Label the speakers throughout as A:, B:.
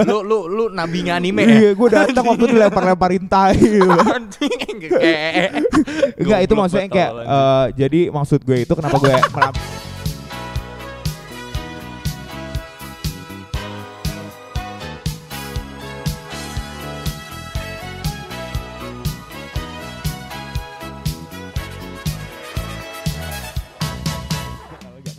A: lu lu lu nabi anime ya
B: Iya, gue datang waktu itu lempar-lemparin tai.
A: Anjing, kayak-
B: Enggak, itu
A: Goblok
B: maksudnya
A: banget
B: kayak
A: awalnya.
B: eh, jadi maksud gue itu kenapa gue melam-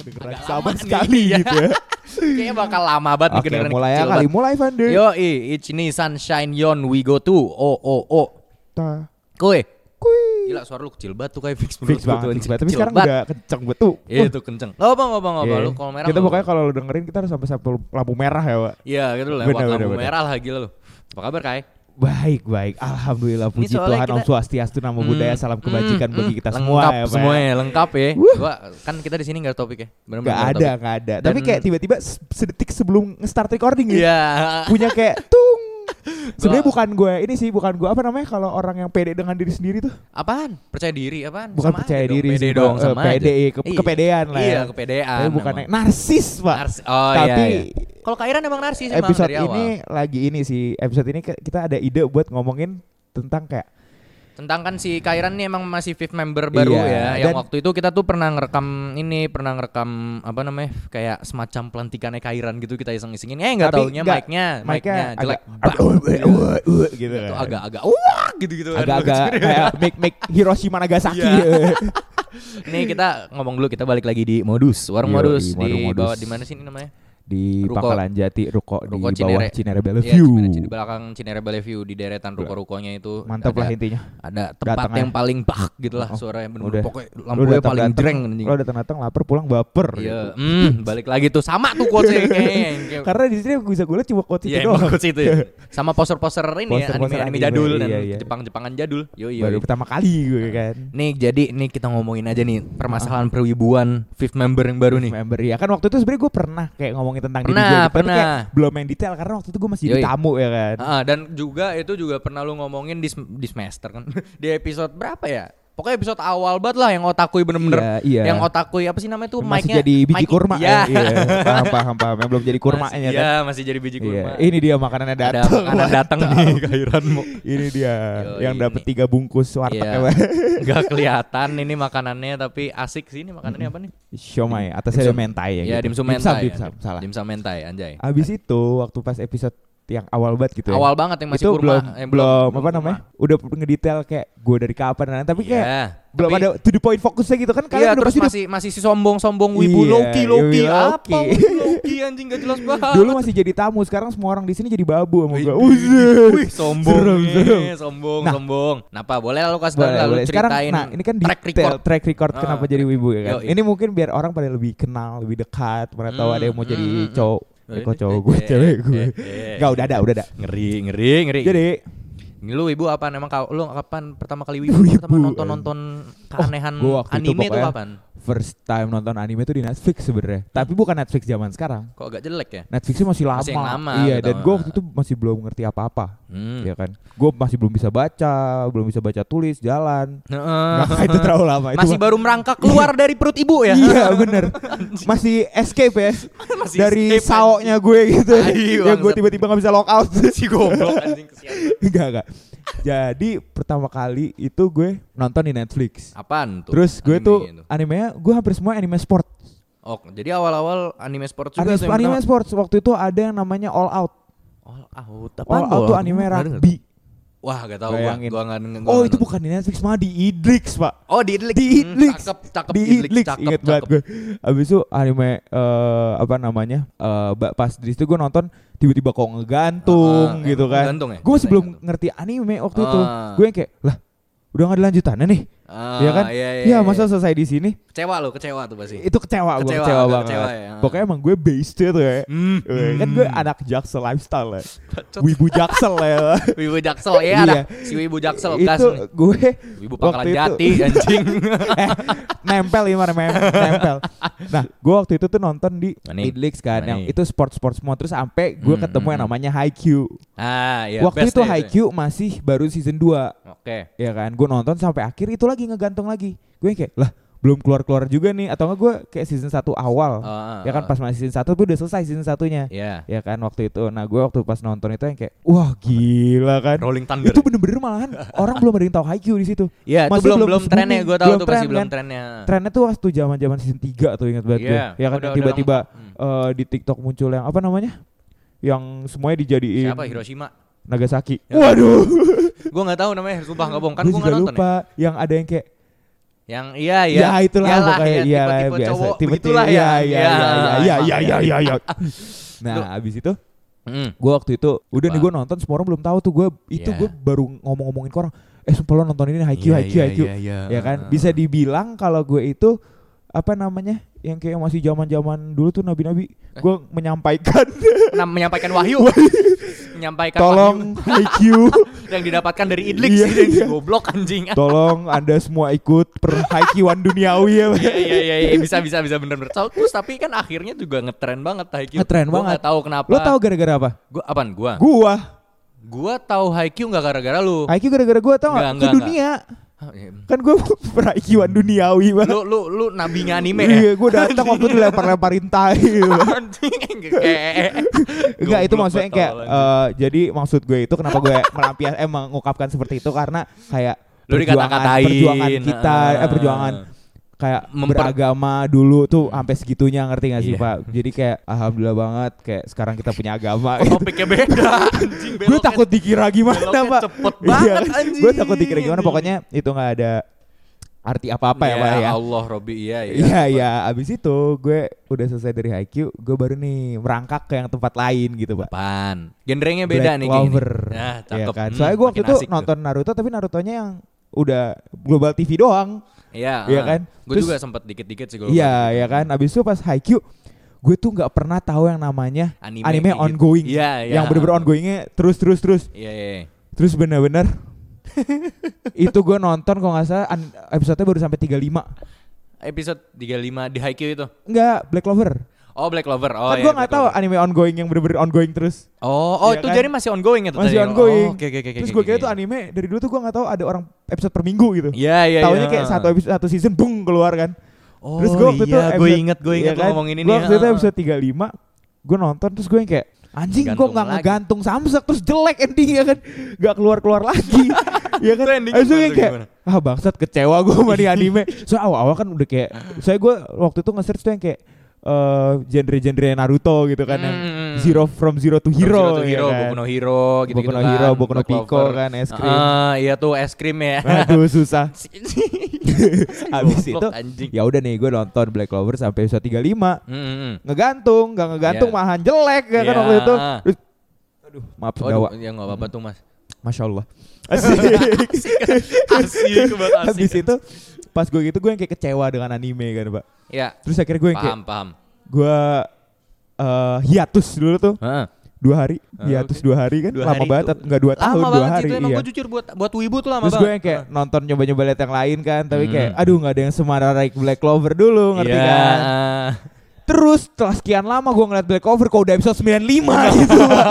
A: Agak lama
B: sama
A: nih,
B: sekali
A: iya.
B: gitu ya.
A: kayaknya bakal lama banget nih
B: Oke,
A: kedengeran
B: mulai ya
A: kecil
B: kali.
A: banget.
B: Mulai, Vander.
A: Yo, it's ni sunshine yon we go to. Oh, oh, oh.
B: Ta-
A: Kowe,
B: Kui.
A: gila suara lu kecil banget tuh kayak fix menurut
B: Fix
A: gua tuh,
B: banget, fix
A: anjing.
B: banget. Tapi
A: Kecil
B: sekarang
A: banget.
B: udah kenceng banget tuh.
A: Iya itu kenceng. Gak apa apa apa apa
B: Iya.
A: lu kalau merah.
B: Kita
A: nggak
B: pokoknya
A: apa-apa.
B: kalau lu dengerin kita harus sampai sampai lampu merah ya, Pak.
A: Iya gitu lewat
B: Bener,
A: lampu
B: bener, bener.
A: merah lah gila lu. Apa kabar Kai?
B: Baik, baik. Alhamdulillah
A: Ini
B: puji
A: soalnya
B: Tuhan Om
A: kita-
B: Swastiastu Nama Budaya
A: Hmm,
B: Salam Kebajikan
A: hmm,
B: bagi
A: hmm.
B: kita semua
A: lengkap
B: ya, Pak.
A: semuanya, lengkap ya.
B: Wuh.
A: Gua kan kita di sini enggak ada topik ya. Benar-benar
B: Gak ada, gak ada. Tapi
A: Dan-
B: kayak tiba-tiba se- sedetik sebelum nge-start recording gitu.
A: Iya.
B: Punya kayak tung. Sebenarnya bukan gue, ini sih bukan gue apa namanya kalau orang yang pede dengan diri sendiri tuh.
A: Apaan? Percaya diri apaan?
B: Bukan
A: Sama
B: percaya
A: aja dong,
B: diri
A: Pede
B: sih, Pak.
A: dong
B: Eh,
A: sama aja.
B: pede, ke-
A: Iya.
B: kepedean lah
A: Iya,
B: ya.
A: kepedean.
B: Tapi bukan
A: emang.
B: narsis, Pak.
A: Narsi- Oh iya,
B: Tapi-
A: iya. Kalau Kairan emang narsis emang
B: episode
A: dari awal.
B: ini lagi ini sih, episode ini ke- kita ada ide buat ngomongin tentang kayak
A: Tentang kan si Kairan nih emang masih fifth member baru
B: Iya,
A: ya Yang
B: dan-
A: waktu itu kita tuh pernah ngerekam ini Pernah ngerekam apa namanya Kayak semacam pelantikannya Kairan gitu kita iseng-isengin Eh nggak
B: Tapi
A: taunya
B: nggak,
A: mic-nya
B: mic-nya
A: Mic-nya jelek
B: agak gitu
A: Tuh
B: kan.
A: agak-agak wah gitu-gitu kan.
B: agak-agak kayak make make Hiroshima Nagasaki.
A: Iya. Nih kita ngomong dulu kita balik lagi di modus Warung
B: Yoi,
A: modus
B: Iya, warung
A: Di
B: modus.
A: bawah di mana sih ini namanya
B: di
A: Ruko.
B: Pangkalan Jati Ruko,
A: Ruko
B: di bawah
A: Cinere.
B: Cinere
A: Iya,
B: Bellevue.
A: Cinere- di belakang Cinere Bellevue Di deretan ruko-rukonya itu
B: Mantap lah
A: ada,
B: intinya.
A: ada tempat
B: Datang
A: yang
B: aja.
A: paling bah gitu lah
B: Oh, udah.
A: Suaranya bener-bener pokoknya
B: Lu
A: lampunya
B: datang-
A: paling
B: datang-
A: jreng anjing.
B: Lo datang-datang lapar pulang baper. gitu.
A: Iya, hmm, balik lagi tuh sama tuh quotes kayaknya.
B: Karena di sini gue bisa gue lihat cuma quotes
A: Iya
B: itu
A: emang
B: doang.
A: quotes itu ya. Sama poster-poster ini ya,
B: Poster-poster
A: anime-anime
B: anime,
A: jadul dan
B: iya, iya.
A: Jepang-Jepangan jadul. Yo yo.
B: Baru pertama kali
A: Iya.
B: gue kan.
A: Nih jadi nih kita ngomongin aja nih permasalahan perwibuan fifth member yang baru nih.
B: Member ya kan waktu itu sebenarnya gue pernah kayak ngomongin tentang
A: Pernah,
B: diri gue, gitu,
A: pernah.
B: tapi kayak belum main detail karena waktu itu gue masih di
A: Yoi.
B: tamu ya kan.
A: Ah, dan juga itu juga pernah lu ngomongin di, sem- di semester kan. di episode berapa ya? Pokoknya episode awal banget lah yang otakui bener-bener.
B: Iya, iya.
A: Yang otakui apa sih namanya tuh
B: masih
A: mic-nya?
B: jadi biji
A: Mic-
B: kurma ya.
A: Iya.
B: Iya. Paham paham paham. Yang belum jadi kurmanya
A: Masih-
B: kan.
A: Iya, masih jadi biji
B: Iya.
A: kurma.
B: Ini dia makanannya
A: Ada
B: datang.
A: makanan datang nih kairan mau.
B: Ini dia
A: Yoi,
B: yang dapat
A: ini.
B: tiga bungkus warteg
A: Iya.
B: ya. Pak.
A: Nggak kelihatan ini makanannya tapi asik sih ini makanannya apa nih?
B: Siomay, atasnya ada
A: Dimsum.
B: mentai ya.
A: Ya,
B: gitu.
A: dimsum mentai. ya.
B: dimsum, salah. Ah,
A: Dimsum mentai anjay.
B: Abis itu waktu pas episode yang awal banget gitu ya.
A: Awal banget yang masih
B: itu
A: kurma,
B: belum,
A: eh,
B: belum apa
A: kurma.
B: namanya? Udah ngedetail kayak gue dari kapan dan lain-lain, tapi kayak
A: Iya,
B: belum
A: tapi-
B: ada to the point fokusnya gitu kan
A: Iya,
B: kalian udah
A: terus
B: pasti udah-
A: masih masih si sombong-sombong wibu
B: Iya,
A: Loki Loki
B: wibu
A: apa
B: Loki.
A: wibu Loki anjing gak jelas banget.
B: dulu masih jadi tamu, sekarang semua orang di sini jadi babu sama
A: Wih,
B: gue.
A: wih, wih, sombong,
B: Serem,
A: nih,
B: serem.
A: sombong,
B: Nah.
A: sombong. Kenapa? Boleh lah lu kasih tau
B: Boleh,
A: lah, lu
B: boleh. Sekarang,
A: ceritain
B: nah ini kan
A: track record.
B: detail track record
A: Ah,
B: kenapa jadi wibu ya kan.
A: Yoi.
B: Ini mungkin biar orang pada lebih kenal, lebih dekat, mana tahu
A: Hmm,
B: ada yang mau jadi
A: hmm, hmm.
B: cowok. Eh, kok cowok gue,
A: Eh,
B: cewek gue.
A: eh, eh.
B: Enggak, udah ada, udah ada.
A: Ngeri, ngeri, ngeri.
B: Jadi,
A: Ini lu wibu apa? Emang kau lu kapan pertama kali wibu?
B: Wibu,
A: pertama nonton nonton
B: Oh,
A: keanehan
B: gua waktu itu
A: anime tuh
B: pokoknya-
A: kapan?
B: first time nonton anime itu di Netflix sebenarnya. Tapi bukan Netflix zaman sekarang.
A: Kok agak jelek ya?
B: Netflixnya masih lama.
A: Masih yang lama,
B: iya,
A: gitu.
B: dan gue waktu itu masih belum ngerti apa-apa.
A: Hmm.
B: Iya kan. Gue masih belum bisa baca, belum bisa baca tulis, jalan.
A: Heeh.
B: Nah, itu terlalu lama. Itu
A: Ah. Masih
B: mah-
A: baru merangkak keluar dari perut ibu ya?
B: Iya bener Masih escape ya
A: Masih
B: Dari
A: escape,
B: saoknya gue gitu
A: Tai,
B: Yang gue
A: bangsat.
B: tiba-tiba gak bisa lock out
A: si goblok anjing kesian.
B: Enggak enggak Jadi pertama kali itu gue nonton di Netflix
A: Apaan tuh?
B: Terus gue
A: anime
B: tuh
A: itu?
B: animenya Gue hampir semua anime sport
A: Oh, jadi awal-awal anime sport juga
B: Anime,
A: tuh yang
B: anime
A: pertama. Oh, ah,
B: sports Waktu itu ada yang namanya All Out
A: All out.
B: All
A: Apaan
B: Out tuh
A: Aku
B: anime
A: nggak denger.
B: rugby
A: Wah, gak tahu gua.
B: Bayangin.
A: Gua enggak denger.
B: Oh itu bukan di Netflix malah di Idlix pak
A: Oh, di Idlix.
B: Di
A: Hmm,
B: Idlix.
A: Cakep, cakep
B: di Idlix
A: cakep,
B: inget banget
A: cakep.
B: gue abis itu anime eh, apa namanya eh, ba- pas di situ gue nonton tiba-tiba kok ngegantung
A: Ah,
B: gitu
A: emang
B: kan
A: ngegantung ya?
B: gue masih belum
A: Ngegantung.
B: ngerti anime waktu itu
A: Ah.
B: gue yang kayak lah udah gak ada lanjutannya nih
A: Ah,
B: ya kan
A: Iya, iya,
B: ya
A: iya.
B: masa selesai di sini
A: kecewa lo, kecewa tuh pasti.
B: itu kecewa gue
A: Kecewa,
B: kecewa,
A: agak
B: banget
A: kecewa ya.
B: pokoknya emang gue based itu ya
A: Hmm.
B: Eh, kan
A: hmm.
B: gue anak jaksel lifestyle ya
A: Bacot.
B: wibu jaksel ya
A: Wibu Jaksel ya ada si Wibu Jaksel
B: Iya.
A: gas
B: itu
A: nih.
B: gue
A: Wibu
B: waktu
A: Pangkalan
B: itu-
A: Jati anjing.
B: Eh, nempel gimana nempel. Nah, gue waktu itu tuh nonton di
A: Maning.
B: Idlix kan, yang
A: Maning.
B: itu sport-sport semua terus sampai gue
A: Hmm,
B: ketemu yang
A: hmm.
B: namanya Haikyuu.
A: ah, iya.
B: waktu
A: best
B: itu
A: deh
B: Haikyuu masih baru season 2
A: Oke.
B: ya kan. Gue nonton sampai akhir itu lagi ngegantung lagi. Gue kayak lah belum keluar-keluar juga nih atau enggak gue kayak season 1 awal.
A: Ah,
B: ya kan pas masih season 1 tuh udah selesai season satunya.
A: Ya.
B: Ya kan waktu itu. Nah, gue waktu pas nonton itu yang kayak wah gila kan.
A: Rolling Thunder.
B: Itu bener-bener malahan orang belum ada yang tahu Haikyuu di situ.
A: Iya, itu
B: Masih
A: belum
B: belum
A: belum
B: sebelum nih.
A: trennya gue tahu
B: Belum
A: tuh pasti
B: tren,
A: belum
B: kan?
A: trennya.
B: Trennya tuh waktu zaman-zaman season 3 tuh ingat banget gue. Ya
A: Iya,
B: kan
A: udah-
B: yang
A: udah
B: tiba-tiba
A: lama. Hmm.
B: eh, di TikTok muncul yang apa namanya? Yang semuanya dijadiin
A: Siapa Hiroshima?
B: Nagasaki.
A: Ya.
B: Waduh.
A: Gue nggak tahu namanya, sumpah nggak bohong kan
B: Gua
A: gue
B: juga
A: nggak nonton. ya.
B: lupa yang ada yang kayak
A: Yang iya iya.
B: ya, itulah
A: iyalah,
B: pokoknya
A: ya,
B: iyalah
A: tipe-tipe
B: biasa.
A: cowok
B: Tipe-tipe-
A: begitulah
B: ya
A: ya.
B: ya ya ya ya ya ya ya.
A: Lu-
B: Nah, abis itu
A: Mm.
B: gue waktu itu udah nih
A: Apa?
B: gue nonton semua orang belum tahu tuh gue itu
A: Iya.
B: gue baru ngomong-ngomongin ke orang eh sumpah lo nonton ini Haikyuu
A: Iya,
B: Haikyuu
A: iya,
B: Haikyuu
A: iya, iya.
B: ya kan bisa dibilang kalau gue itu apa namanya yang kayak masih zaman-zaman dulu tuh nabi-nabi
A: Eh.
B: gue menyampaikan
A: Nah, menyampaikan wahyu. menyampaikan
B: tolong Haikyuu
A: wahyu yang didapatkan dari Idlix
B: Iya,
A: gitu,
B: iya.
A: goblok anjing.
B: tolong anda semua ikut per Haikyuan duniawi ya
A: Iya iya iya iya, bisa bisa bisa bener-bener. So, terus tapi kan akhirnya juga ngetren banget Haikyuu.
B: Ngetren
A: Gua
B: banget.
A: nggak tahu kenapa.
B: lo tau gara-gara apa
A: Gua apaan gua?
B: gua
A: Gua tahu Haikyuu nggak gara-gara lu.
B: Haikyuu gara-gara gua tau
A: Nggak,
B: gak ke
A: nggak,
B: dunia
A: Hah, iya.
B: kan gue per Haikyuan duniawi banget
A: Lu lu lu nabinya anime ya?
B: iya gue datang waktu itu lempar-lemparin tai
A: Anjing.
B: Enggak itu
A: Goblok
B: maksudnya
A: banget
B: kayak
A: awal, anjing.
B: eh jadi maksud gue itu kenapa gue melampias eh mengungkapkan seperti itu karena kayak
A: Lu dikata-katain,
B: perjuangan kita eh
A: ah.
B: perjuangan kayak
A: Memper-
B: beragama dulu tuh sampai segitunya ngerti gak sih
A: Iya.
B: Pak? Jadi kayak alhamdulillah banget kayak sekarang kita punya agama.
A: topiknya beda anjing
B: gue
A: beloknya-
B: takut dikira gimana
A: beloknya
B: Pak.
A: cepet banget anjing
B: Gue takut dikira gimana pokoknya itu nggak ada arti apa-apa ya Pak ya.
A: Iya, Allah Robi iya iya
B: Iya iya, abis itu gue udah selesai dari HQ, gue baru nih merangkak ke yang tempat lain gitu pak.
A: Apaan? Genrenya beda
B: Black
A: nih kayaknya.
B: Clover.
A: Nah,
B: Iya
A: cakep.
B: kan?
A: Hmm,
B: Soalnya gue waktu
A: makin
B: itu
A: asik tuh.
B: nonton Naruto tapi Narutonya yang udah global TV doang.
A: Iya,
B: Iya kan?
A: Gue
B: Terus-
A: juga sempet dikit-dikit sih gua
B: Iya, ya kan? Abis itu pas HQ gue tuh nggak pernah tahu yang namanya
A: Anime
B: anime,
A: kayak gitu.
B: ongoing.
A: Iya, iya.
B: Yang bener-bener ongoingnya terus terus terus
A: Iya, iya. iya.
B: terus bener-bener itu gue nonton kalau nggak salah an- episode-nya baru sampai 35
A: Episode 35 di Haikyuu itu.
B: Enggak, Black Clover.
A: Oh, Black Clover. Oh,
B: kan
A: iya,
B: gue
A: Black
B: nggak tahu
A: Clover.
B: anime ongoing yang bener-bener ongoing terus.
A: Oh, oh
B: Iya
A: itu
B: kan?
A: jadi masih ongoing itu
B: Masih
A: tadi.
B: ongoing.
A: Oh, Oke, oke, oke.
B: Terus
A: oke,
B: gue
A: oke,
B: kira
A: oke.
B: tuh anime dari dulu tuh gue nggak tahu ada orang episode per minggu gitu.
A: Iya, iya.
B: Taunya
A: iya.
B: kayak satu episode satu season bung keluar kan.
A: Oh,
B: terus gue waktu
A: iya,
B: itu
A: gue
B: episode-
A: inget, gue
B: iya
A: inget
B: kan?
A: lu ngomongin ini. ya.
B: Gue
A: ah.
B: waktu itu
A: heeh.
B: episode 35 gue nonton terus gue yang kayak anjing gue
A: Gantung
B: nggak
A: lagi.
B: ngegantung samsak terus jelek endingnya kan nggak keluar keluar lagi ya kan
A: Itu endingnya
B: Abis itu
A: gimana,
B: gue kayak
A: gimana?
B: ah bangsat kecewa gue sama di anime soalnya awal awal kan udah kayak saya gue waktu itu nge-search tuh yang kayak eh, genre-genre Naruto gitu kan yang
A: Hmm.
B: zero from zero to hero, ya
A: Hero, Hero,
B: kan?
A: Boku no Hero, gitu
B: Boku no Hero, Boku no Pico kan, es krim. Nah,
A: iya tuh es krim ya.
B: Aduh susah. Abis
A: Goblok,
B: itu
A: anjing.
B: ya udah nih gue nonton Black Clover sampai episode 35
A: Mm, mm, mm.
B: ngegantung, nggak ngegantung
A: Iya.
B: malahan jelek ya kan
A: Iya.
B: waktu itu. Terus- Aduh, maaf sendawa.
A: Waduh, ya nggak apa-apa tuh mas.
B: Masya Allah. Asik.
A: Asik banget asik.
B: Habis itu pas gue gitu gue yang kayak kecewa dengan anime kan, Pak.
A: Ya,
B: Terus akhirnya gue yang kayak
A: paham paham.
B: gue eh, hiatus dulu tuh
A: Heeh.
B: dua hari
A: Ah,
B: hiatus
A: oke.
B: dua hari kan
A: Dua
B: lama
A: hari
B: banget
A: itu-
B: nggak dua
A: Lama
B: tahun
A: banget
B: dua
A: Ah, sih
B: hari
A: itu emang
B: iya
A: gue jujur buat buat wibu tuh lama
B: terus gue
A: banget.
B: yang kayak nonton nyoba-nyoba liat yang lain kan tapi kayak
A: Hmm.
B: aduh nggak ada yang semararik Black Clover dulu ngerti
A: Iya.
B: kan Terus setelah sekian lama gue ngeliat Black Cover kok udah episode 95 gitu Pak.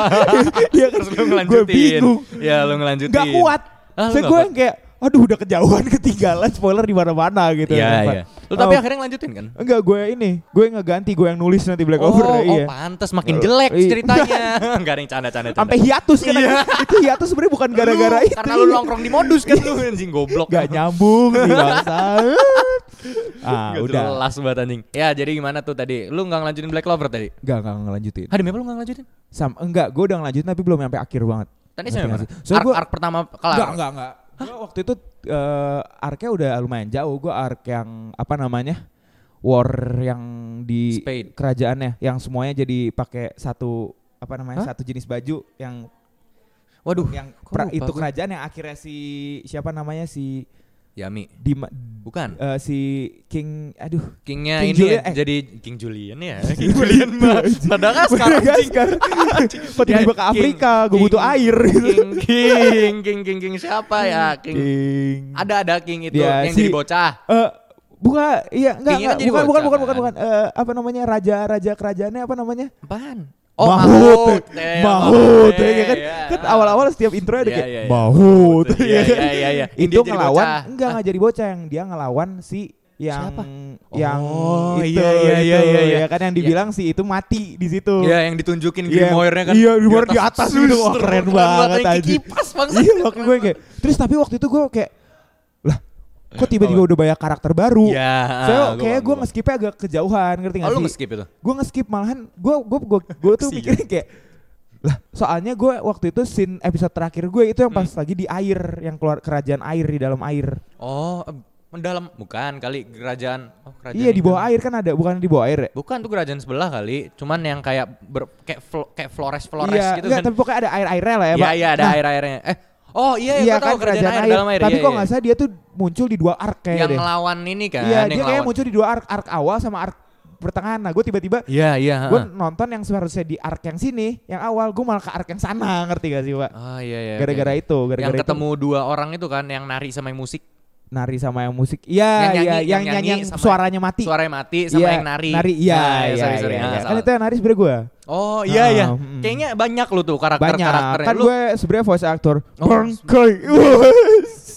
B: Iya kan?
A: Terus lu
B: Gue
A: ngelanjutin.
B: bingung
A: Ya lu ngelanjutin.
B: Gak kuat
A: Ah, lu
B: Saya
A: nggak
B: gue
A: kuat.
B: yang kayak Aduh udah kejauhan ketinggalan spoiler di mana mana gitu
A: Iya
B: kan, Pak.
A: iya. Lu tapi
B: Oh,
A: akhirnya ngelanjutin kan?
B: Enggak gue ini Gue yang ngeganti Gue yang nulis nanti Black Cover
A: oh,
B: iya.
A: oh pantes makin jelek
B: Iya.
A: ceritanya. Enggak ada yang canda-canda.
B: Sampai hiatus kan Itu hiatus sebenarnya bukan gara-gara itu Iya.
A: Karena Iya. lu nongkrong di modus kan lu anjing goblok.
B: Gak nyambung nih bangsa Ah
A: Nggak
B: udah
A: Jelas banget anjing. Ya jadi gimana tuh tadi? Lu nggak ngelanjutin Black Clover tadi?
B: Gak, gak ngelanjutin
A: Hadi memang lu nggak ngelanjutin?
B: Sam, Enggak gue udah ngelanjutin tapi belum sampai akhir banget
A: Tadi
B: Ngerti
A: sampai
B: nggak
A: mana?
B: sih? Soalnya
A: Arc,
B: gue
A: arc pertama kelar.
B: Enggak, enggak, enggak. Gua waktu itu eh arc-nya udah lumayan jauh. Gua arc yang apa namanya? War yang di
A: Spade.
B: kerajaannya yang semuanya jadi pakai satu apa namanya?
A: Hah?
B: Satu jenis baju yang
A: Waduh,
B: yang
A: kok
B: pra-
A: lupa
B: itu
A: gua?
B: kerajaan yang akhirnya si siapa namanya si
A: Yami.
B: Dima,
A: ya, Bukan.
B: eh, si King aduh
A: Kingnya
B: King
A: ini ya,
B: Julian, eh. Iya,
A: jadi King Julian ya. King Julian mah Madagaskar anjing.
B: Madagaskar. Kok kan tiba-tiba ke
A: King-
B: Afrika, gue
A: King-
B: butuh air gitu.
A: King King King King King siapa ya? King.
B: King.
A: Ada ada King itu
B: Ya,
A: yang
B: si-
A: jadi bocah.
B: Eh bukan iya enggak,
A: Kingnya kan
B: enggak
A: jadi
B: bukan, bukan
A: bocah,
B: bukan bukan
A: kan?
B: bukan Eh, apa namanya raja-raja kerajaannya apa namanya?
A: Apaan?
B: Oh, Mahut.
A: eh,
B: Mahut ya,
A: eh,
B: kan.
A: ya.
B: Kan awal-awal setiap intro ada
A: Iya,
B: kayak
A: iya, iya.
B: Mahut.
A: Iya,
B: ya kan?
A: iya, iya, iya. Ini
B: Itu
A: dia jadi
B: ngelawan
A: bocah.
B: enggak enggak jadi bocah yang dia ngelawan si yang
A: Siapa?
B: yang
A: Oh,
B: itu,
A: iya, iya,
B: itu,
A: iya, iya, iya.
B: ya kan yang dibilang sih itu mati di situ.
A: Iya yang ditunjukin
B: Iya,
A: grimoire-nya kan.
B: iya, grimoire di atas gitu. Wah,
A: Justru,
B: keren banget,
A: kayak
B: anjing.
A: Kipas bangsa.
B: Iya makanya gue kayak Terus tapi waktu itu gue kayak Lah kok tiba-tiba udah banyak karakter baru
A: Iya,
B: Saya kayak
A: gua paham,
B: gue
A: gua
B: ngeskipnya agak kejauhan ngerti
A: Oh,
B: gak
A: lu
B: sih?
A: nge-skip itu?
B: Gue ngeskip malahan Gue gue gue gue tuh
A: Kasihan.
B: mikirnya kayak lah soalnya gue waktu itu scene episode terakhir gue itu yang pas
A: Hmm.
B: lagi di air yang keluar kerajaan air di dalam air
A: Oh, eh, mendalam bukan kali kerajaan. Oh, kerajaan.
B: iya di
A: ini.
B: bawah air kan ada bukan di bawah air ya
A: Bukan tuh kerajaan sebelah kali, cuman yang kayak ber, kayak flo- kayak Flores-Flores
B: iya,
A: gitu
B: enggak,
A: kan.
B: tapi pokoknya ada air airnya lah ya
A: Iya,
B: Pak.
A: iya ada
B: Nah,
A: air-airnya. Eh, oh iya, iya,
B: iya
A: gua tahu
B: kan kerajaan,
A: kerajaan air, dalam air.
B: tapi
A: iya,
B: kok
A: iya.
B: nggak salah dia tuh muncul di dua arc kayak
A: yang
B: deh
A: ngelawan ini kan,
B: Iya,
A: yang
B: dia kayak
A: ngelawan.
B: muncul di dua arc, arc awal sama arc pertengahan. Nah, gue tiba-tiba
A: Iya, iya,
B: gue
A: heeh.
B: nonton yang seharusnya di arc yang sini, yang awal gue malah ke arc yang sana, ngerti gak sih, Pak?
A: Oh iya iya.
B: Gara-gara
A: oke.
B: itu, gara-gara
A: yang
B: itu.
A: ketemu dua orang itu kan yang nari sama yang musik.
B: nari sama yang musik. Iya,
A: Yang
B: iya,
A: nyanyi-
B: yang
A: yang
B: nyanyi
A: nyanyi
B: yang
A: sama-
B: suaranya mati.
A: Suaranya mati sama
B: Iya,
A: yang nari.
B: Nari, iya,
A: Ah,
B: iya,
A: sorry,
B: iya,
A: sorry.
B: iya.
A: Ah,
B: Kan
A: salah.
B: itu yang nari sebenernya gue.
A: Oh iya iya.
B: Ah, mm.
A: Kayaknya banyak lu tuh
B: Banyak.
A: karakter-karakternya.
B: Kan
A: Lu-
B: gue sebenernya voice actor.
A: Oh,
B: Bangkai.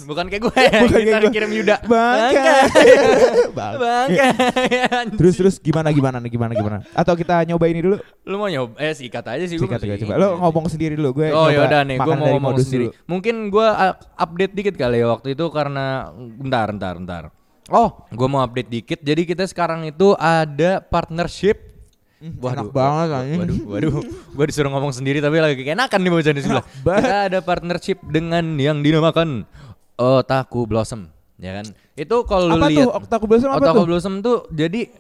A: Bukan kayak gue,
B: Bukan kayak
A: kita
B: gue.
A: kirim Yuda.
B: Bangkai. Bangkai.
A: Bangke.
B: Terus terus gimana gimana nih gimana gimana? Atau kita nyoba ini dulu?
A: Lu mau nyoba? Eh sikat aja sih gue.
B: Sikat
A: masih-
B: coba. Lo ngomong sendiri dulu gue.
A: Oh
B: nyoba
A: yaudah nih, gue
B: makanan Eh,
A: mau
B: dari
A: ngomong
B: modus
A: sendiri.
B: dulu.
A: Mungkin gue uh, update dikit kali ya waktu itu karena bentar, bentar, bentar. Oh, gue mau update dikit. Jadi kita sekarang itu ada partnership.
B: Hmm, enak banget, anjing.
A: Waduh, waduh. Gue disuruh ngomong sendiri tapi lagi keenakan nih bocah di sebelah. Kita ada partnership dengan yang dinamakan Otaku Blossom, ya kan? Itu kalau lu
B: Apa
A: lihat
B: tuh? Otaku Blossom apa
A: Otaku
B: tuh?
A: Blossom tuh jadi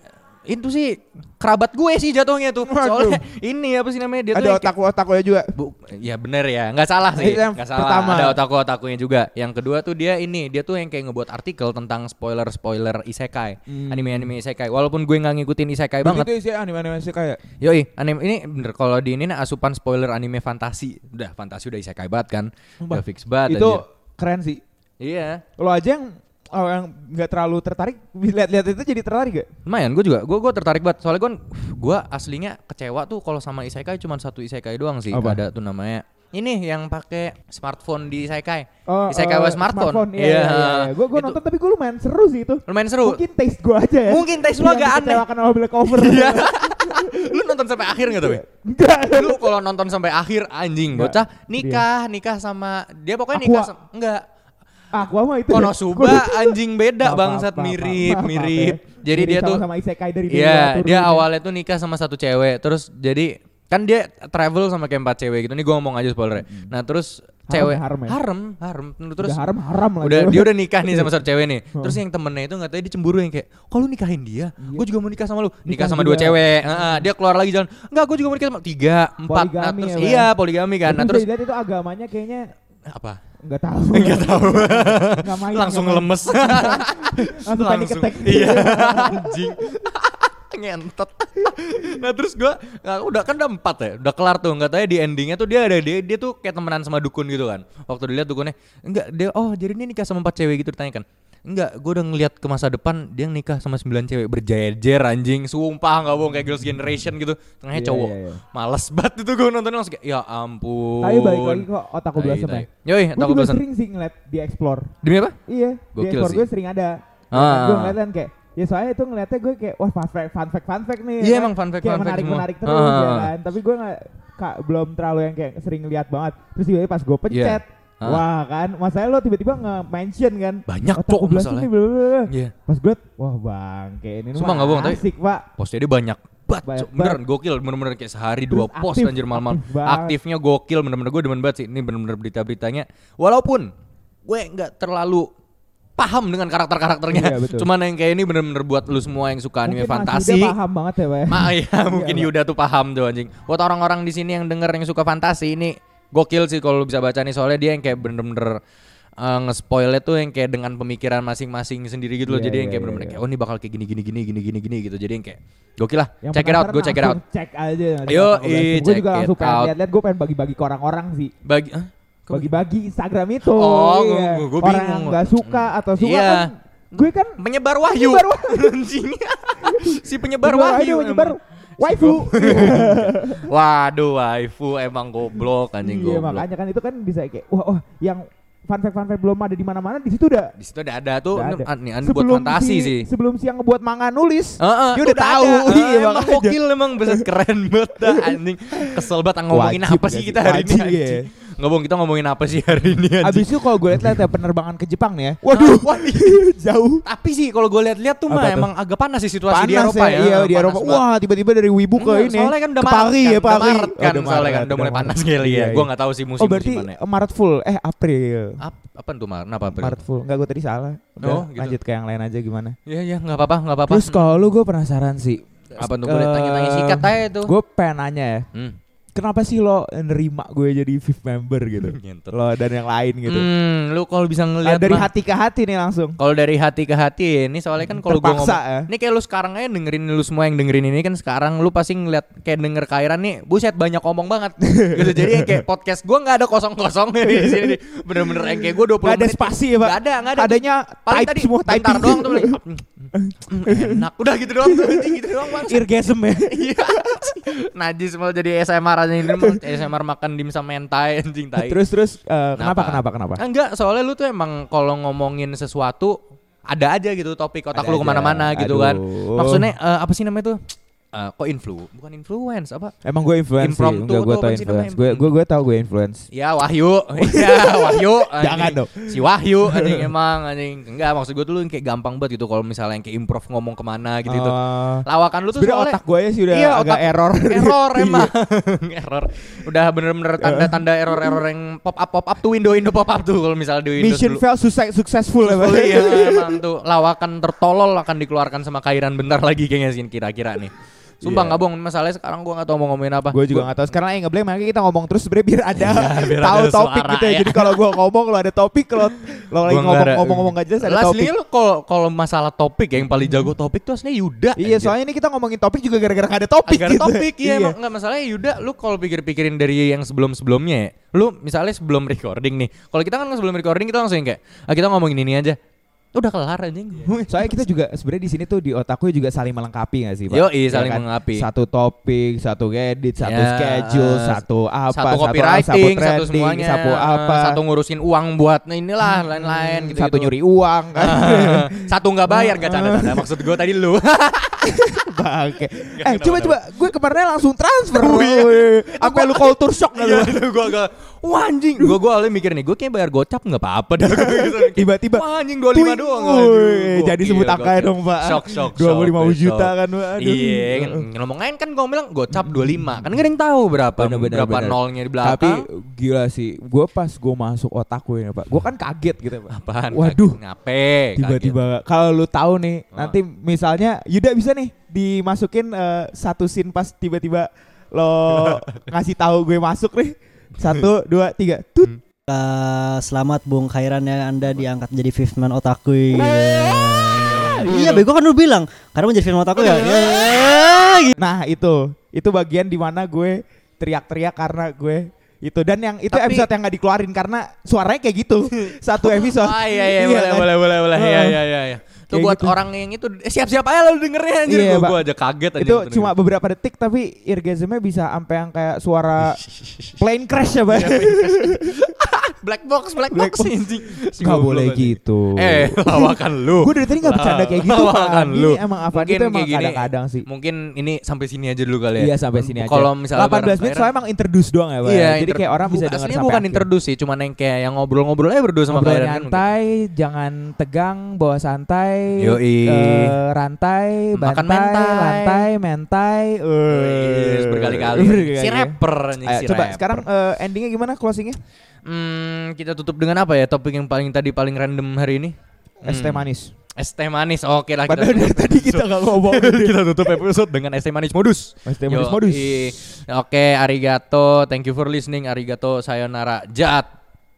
A: itu sih kerabat gue sih jatuhnya tuh.
B: Waduh.
A: Soalnya ini apa sih namanya dia tuh
B: Ada
A: yang kayak-
B: otaku-otakunya juga.
A: Bu, ya bener ya, nggak salah sih,
B: Itu yang
A: nggak salah.
B: pertama.
A: Ada otaku-otakunya juga. Yang kedua tuh dia ini, dia tuh yang kayak ngebuat artikel tentang spoiler-spoiler isekai, anime-anime isekai. Walaupun gue nggak ngikutin isekai banget.
B: Hmm. Berarti Itu sih anime-anime sih kayak
A: Yoi, anime ini bener kalau di ini nih asupan spoiler anime fantasi. Udah fantasi udah isekai banget kan, udah fix banget.
B: itu
A: anjir.
B: keren sih.
A: Iya,
B: Lo aja yang oh, yang nggak terlalu tertarik lihat-lihat itu jadi tertarik gak?
A: lumayan. Gue juga, gue gue tertarik banget. Soalnya gue, gue aslinya kecewa tuh kalau sama isekai cuma satu isekai doang sih.
B: Apa?
A: Ada tuh namanya. Ini yang pakai smartphone di isekai.
B: Oh,
A: isekai
B: eh,
A: was smartphone.
B: Iya. iya, iya. Gue gue
A: Itu-
B: nonton tapi gue lumayan seru sih itu.
A: Lumayan seru.
B: Mungkin taste gue aja ya.
A: Mungkin taste lu
B: Yang
A: agak aneh.
B: dikecewakan sama black cover. Iya.
A: Iya. lu nonton sampai akhir gak tuh? Be?
B: Enggak.
A: Lu kalau nonton sampai akhir anjing
B: Nggak.
A: bocah nikah, nikah sama dia pokoknya
B: Aqua.
A: nikah sama enggak
B: Aku sama itu. ya.
A: Konosuba anjing beda
B: Maaf,
A: bangsat
B: maaf, maaf,
A: mirip
B: maaf, maaf,
A: mirip.
B: ya.
A: Jadi
B: Mirip
A: dia tuh
B: sama-sama isekai dari dulu
A: Iya,
B: ya,
A: dia
B: turunnya.
A: awalnya tuh nikah sama satu cewek, terus jadi kan dia travel sama kayak empat cewek gitu. Nih gua ngomong aja spoilernya. Nah, terus
B: Harem,
A: cewek
B: Hmm. harem ya?
A: harem, harem. terus
B: Udah haram haram lah.
A: udah
B: gitu.
A: dia udah nikah nih sama satu cewek nih terus yang temennya itu nggak tahu dia cemburu yang kayak kok lu nikahin dia gue juga mau nikah sama lu nikah
B: Iya. Nikah
A: sama dua
B: juga.
A: cewek Heeh, dia keluar lagi jalan enggak gue juga mau nikah sama tiga empat nah,
B: Poligami
A: terus
B: ya, Bang.
A: iya poligami kan nah
B: Tapi
A: terus
B: bisa dilihat itu agamanya kayaknya
A: apa
B: nggak tahu.
A: Nggak tahu
B: Nggak main,
A: langsung
B: nggak main.
A: lemes
B: Langsung panic attack.
A: iya anjing ngentot nah terus gue udah kan udah empat ya udah kelar tuh nggak tahu ya di endingnya tuh dia ada dia dia tuh kayak temenan sama dukun gitu kan waktu dilihat dukunnya enggak dia oh jadi ini nikah sama empat cewek gitu ditanyakan Enggak, gue udah ngeliat ke masa depan dia nikah sama sembilan cewek berjejer anjing, sumpah nggak bohong kayak Girls Generation gitu, tengahnya
B: Iya,
A: cowok,
B: iya, iya.
A: males banget itu gue nonton langsung kayak ya ampun.
B: Tapi balik lagi kok otakku
A: Tai,
B: belasan
A: tai.
B: ya.
A: Yoi,
B: Gua
A: Eh, otakku
B: juga
A: belasan.
B: sering sih ngeliat di explore.
A: Demi apa?
B: Iya, di
A: Gokil
B: explore
A: sih.
B: gue sering ada.
A: Ah.
B: Gue ngeliat kan kayak Ya soalnya itu ngeliatnya gue kayak wah fun fact fun fact fun fact nih.
A: Iya,
B: kan?
A: emang fun fact,
B: kayak
A: fun fact
B: menarik
A: semua.
B: menarik terus
A: Ah.
B: ya kan. Tapi gue nggak ka- belum terlalu yang kayak sering lihat banget. Terus tiba-tiba pas gue pencet,
A: Ah.
B: wah kan, masalahnya lo tiba-tiba nge-mention kan.
A: Banyak,
B: Otak
A: Pok,
B: gue belasan
A: masalahnya.
B: nih, blablabla.
A: Iya.
B: Pas gue, wah bang, kayak ini
A: Sumpah
B: mah
A: nggak bohong, tapi-
B: asik pak.
A: Postnya dia banyak banget,
B: Banyak
A: Cok. beneran gokil, bener-bener kayak sehari dua
B: Terus
A: post
B: aktif,
A: anjir malam-malam.
B: aktif banget.
A: Aktifnya gokil, bener-bener gue demen banget sih. Ini bener-bener berita-beritanya. Walaupun gue nggak terlalu paham dengan karakter-karakternya.
B: Iya, betul.
A: Cuman yang kayak ini bener-bener buat lu semua yang suka
B: Mungkin
A: anime
B: Mas Yuda
A: fantasi.
B: paham banget ya pak. ya.
A: Ma ya mungkin
B: Pak.
A: Yuda tuh paham tuh anjing. Buat orang-orang di sini yang denger yang suka fantasi ini gokil sih kalau lu bisa baca nih soalnya dia yang kayak bener-bener eh, nge-spoilnya tuh yang kayak dengan pemikiran masing-masing sendiri gitu loh.
B: Iya,
A: Jadi yang
B: iya,
A: kayak
B: iya,
A: bener-bener
B: iya.
A: kayak oh ini bakal kayak gini gini gini gini gini gini gitu. Jadi yang kayak gokil lah.
B: Yang
A: check it out,
B: penasaran
A: go check it out.
B: langsung Cek aja.
A: Yo,
B: gue
A: i, check
B: juga
A: it
B: langsung pengen
A: out.
B: lihat-lihat, gue pengen bagi-bagi ke orang-orang sih.
A: Bagi eh, Hah? Kok-
B: Bagi-bagi Instagram itu.
A: Oh, gua-
B: iya.
A: gua- gua
B: Orang
A: bingung.
B: yang nggak suka atau suka
A: Iya.
B: kan, gue kan
A: penyebar wahyu.
B: Penyebar
A: Anjing. si penyebar
B: penyebar
A: wahyu.
B: penyebar
A: emang.
B: waifu.
A: Waduh, waifu emang goblok anjing
B: Iya
A: goblok.
B: makanya kan itu kan bisa kayak wah oh yang fun fact fun fact belum ada di mana-mana di situ udah
A: Di situ udah ada tuh
B: udah
A: ini
B: ada.
A: an- nih, an- buat fantasi
B: si-
A: sih. Eh,
B: Sebelum siang ngebuat manga nulis,
A: Heeh,
B: dia udah tahu.
A: ada.
B: Iya,
A: emang
B: makanya.
A: gokil emang besar keren banget dah, anjing. Kesel banget ngomongin
B: Wajib
A: apa
B: gak
A: sih
B: sih?
A: kita hari ini
B: Wajib, iya.
A: anjing. Ngomong kita ngomongin apa sih hari ini anjing.
B: Abis itu kalau gue lihat ya penerbangan ke Jepang nih ya. Waduh, jauh.
A: Tapi sih kalau gue lihat-lihat tuh
B: Apa
A: mah
B: tuh?
A: emang agak panas sih situasi di
B: Panas
A: Eropa ya.
B: Iya, di
A: Panas
B: Eropa.
A: banget.
B: Wah, tiba-tiba dari Wibu ke
A: Enggak,
B: ini.
A: Soalnya kan udah
B: ke
A: Maret
B: Paris
A: kan,
B: ya,
A: udah
B: Paris.
A: Maret kan, soalnya kan udah mulai panas kali ya. Gue nggak tahu sih musim
B: Iya, Oh, berarti
A: musimnya.
B: Maret full. Eh, April.
A: Ap- apa tuh Mar? Kenapa? April?
B: Maret full. Enggak, gue tadi salah. Udah,
A: Oh, gitu.
B: lanjut ke yang lain aja gimana.
A: Iya iya nggak apa-apa nggak apa-apa.
B: Terus kalau Eh, lu gue penasaran sih.
A: apa tuh boleh tanya-tanya sikat aja tuh.
B: Gue pengen nanya ya.
A: Hmm.
B: Kenapa sih lo nerima gue jadi fifth member gitu?
A: Ngentot.
B: lo dan yang lain gitu.
A: Hmm, lu kalau bisa
B: Ah,
A: ngelihat
B: dari
A: mah-
B: hati ke hati nih langsung.
A: Kalau dari hati ke hati ini soalnya kan kalau gue
B: Terpaksa,
A: ngomong
B: ya.
A: Ini kayak lu sekarang aja dengerin lu semua yang dengerin ini kan sekarang lu pasti ngeliat kayak denger Kairan nih buset banyak omong banget gitu. Jadi yang kayak podcast gue nggak ada kosong-kosongnya di sini. nih. Bener-bener yang kayak gue 20
B: Gak ada
A: menit.
B: spasi ya, Pak.
A: Nggak ada, nggak ada.
B: Adanya
A: Paling
B: type
A: tadi
B: semua
A: bentar
B: typing.
A: doang tuh Mm, mulai, enak. Udah gitu doang tuh, anjing, gitu doang bang.
B: Irgasm ya.
A: Iya. anjing. Najis mau jadi ASMR aja ini mau ASMR makan dimsum mentai anjing tai.
B: terus terus eh, kenapa kenapa kenapa?
A: Ah, Enggak, soalnya lu tuh emang kalau ngomongin sesuatu ada aja gitu topik otak
B: Ada aja.
A: lu kemana-mana gitu
B: Aduh.
A: kan.
B: Oh.
A: Maksudnya eh, apa sih namanya tuh? Eh, kok influ? Bukan influence apa?
B: Emang gue influence sih. Enggak
A: Impromptu
B: gue
A: tuh
B: tau
A: apa sih namanya?
B: influence. Gue gue gue tau gue influence.
A: Ya Wahyu, ya Wahyu. anjing.
B: Jangan dong.
A: Si Wahyu anjing emang anjing. Enggak, maksud gue tuh lu yang kayak gampang banget gitu kalau misalnya yang kayak improv ngomong kemana gitu itu.
B: Eh,
A: Lawakan lu tuh
B: sebenarnya
A: soalnya
B: otak gue ya sih udah
A: Iya,
B: agak
A: otak-
B: error.
A: error
B: Iya.
A: emang error udah bener-bener tanda-tanda error-error yang pop up pop up tuh window window pop up tuh kalau misalnya di Windows
B: Mission
A: dulu.
B: fail success successful emang.
A: Oh iya emang tuh lawakan tertolol akan dikeluarkan sama Kairan bentar lagi kayaknya sih kira-kira nih. Sumpah
B: Iya.
A: nggak bohong masalahnya sekarang gua nggak tahu mau ngomongin apa.
B: Gue juga gak tahu sekarang yang ngebleng makanya kita ngomong terus sebenernya biar ada
A: Iya, biar
B: tahu
A: ada
B: topik
A: suara,
B: gitu ya.
A: ya.
B: Jadi kalau gue ngomong lo ada topik kalau lo lagi ngomong-ngomong gak jelas ada
A: Lah,
B: topik.
A: aslinya lu kalau kalau masalah topik ya, yang paling jago topik tuh aslinya Yuda.
B: Iya,
A: anjir.
B: soalnya ini kita ngomongin topik juga gara-gara gak ada topik.
A: Agar
B: gitu.
A: topik ya emang nggak masalahnya Yuda lu kalau pikir-pikirin dari yang sebelum-sebelumnya ya, lu misalnya sebelum recording nih kalau kita kan sebelum recording kita langsung yang kayak ah, kita ngomongin ini aja udah kelar anjing
B: Hmm, Soalnya kita juga sebenarnya di sini tuh di otakku juga saling melengkapi gak sih, Pak?
A: Yoi,
B: Ya
A: saling melengkapi.
B: Satu topik, satu edit, satu
A: Ya,
B: schedule, satu apa,
A: satu
B: apa,
A: copywriting, satu,
B: trending,
A: semuanya,
B: satu apa, Hmm.
A: satu ngurusin uang buat nah inilah lain-lain gitu.
B: satu nyuri Hmm. uang kan.
A: satu nggak bayar gak canda-canda. Maksud gue tadi lu.
B: Bangke. Eh, coba coba gue kemarin langsung transfer. Sampai lu culture shock gak lu?
A: Oh, Iya, lu gua gua wah anjing. Gua gua awalnya mikir nih, gua kayak bayar gocap enggak apa-apa dah. Gua gitu.
B: Tiba-tiba
A: Wah anjing 25
B: Twing,
A: doang.
B: woy,
A: Aduh, Iya,
B: jadi
A: gokil,
B: sebut angkanya
A: gokil.
B: dong, Pak.
A: Shock shock.
B: 25
A: shock,
B: juta
A: shock.
B: kan, Pak. Aduh. Hmm.
A: Iya, kan. ngomong lain kan gua bilang gocap 25. Kan gak ada yang tahu berapa
B: Bener-bener,
A: berapa
B: bener.
A: nolnya di belakang.
B: Tapi gila sih, gue pas gue masuk otak gue ya pak, gue kan kaget gitu pak.
A: apaan?
B: Waduh,
A: kaget, ngape?
B: tiba-tiba kalau lu tahu nih,
A: Ah.
B: nanti misalnya Yuda bisa nih dimasukin eh, satu scene pas tiba-tiba lo ngasih tahu gue masuk nih. Satu, dua, tiga, tut.
A: Hmm.
C: Eh, selamat Bung Khairan yang Anda diangkat menjadi fifth man otaku gitu. Iya, bego kan lu bilang karena menjadi fifth man otaku ya. Yeay, gitu.
B: Nah itu, itu bagian dimana gue teriak-teriak karena gue itu dan yang itu
A: Tapi-
B: episode yang nggak dikeluarin karena suaranya kayak gitu satu episode.
A: Ah iya iya boleh
B: kan?
A: boleh boleh boleh iya
B: Heeh.
A: iya iya. iya. Tuh
B: Kayak
A: buat
B: gitu.
A: orang yang itu eh, siap-siap aja lo dengernya anjir
B: Iya,
A: gua,
B: Pak.
A: gua aja kaget aja
B: itu
A: gitu
B: cuma beberapa detik tapi irgasmnya bisa sampai yang kayak suara plane crash ya pak
A: Iya, black box black,
B: Black
A: box
B: box.
A: anjing. Si
B: nggak
A: goblok
B: boleh
A: anjing.
B: gitu
A: Eh, lawakan lu.
B: Gue dari tadi nggak bercanda kayak gitu, Pak.
A: Lawakan
B: Ini
A: lu.
B: emang apa? Itu
A: Mungkin
B: emang
A: kayak gini,
B: kadang-kadang sih.
A: Mungkin ini sampai sini aja dulu kali ya.
B: iya sampai sini aja
A: Kalau misalnya
B: 18 menit soalnya emang introduce doang ya pak
A: Iya,
B: jadi
A: inter-
B: kayak orang bisa
A: bu-
B: dengar
A: Aslinya
B: sampai
A: bukan
B: akhir.
A: introduce sih, cuman yang kayak yang ngobrol-ngobrol aja berdua sama
B: Ngobrol
A: Kairan kan mungkin.
B: nyantai, jangan tegang, bawa santai,
A: Yoi.
B: eh, rantai, bantai,
A: Makan mentai.
B: lantai, mentai,
A: Yes,
B: eh
A: berkali-kali. Si rapper anjing,
B: Ayo,
A: si
B: coba
A: rapper.
B: sekarang eh, endingnya gimana closingnya?
A: Hmm, kita tutup dengan apa ya? Topik yang paling tadi paling random hari ini.
B: Es teh manis.
A: Es teh manis. Oke lah Hmm. kita
B: Padahal dari
A: tutup
B: tadi
A: episode.
B: kita gak ngomong.
A: kita tutup episode dengan es teh manis modus.
B: Es teh manis modus.
A: Yoi. Oke, arigato. Thank you for listening. Arigato sayonara. Jat.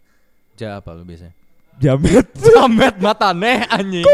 A: Ja apa lu biasanya?
B: Jamet.
A: Sambat matane anjing.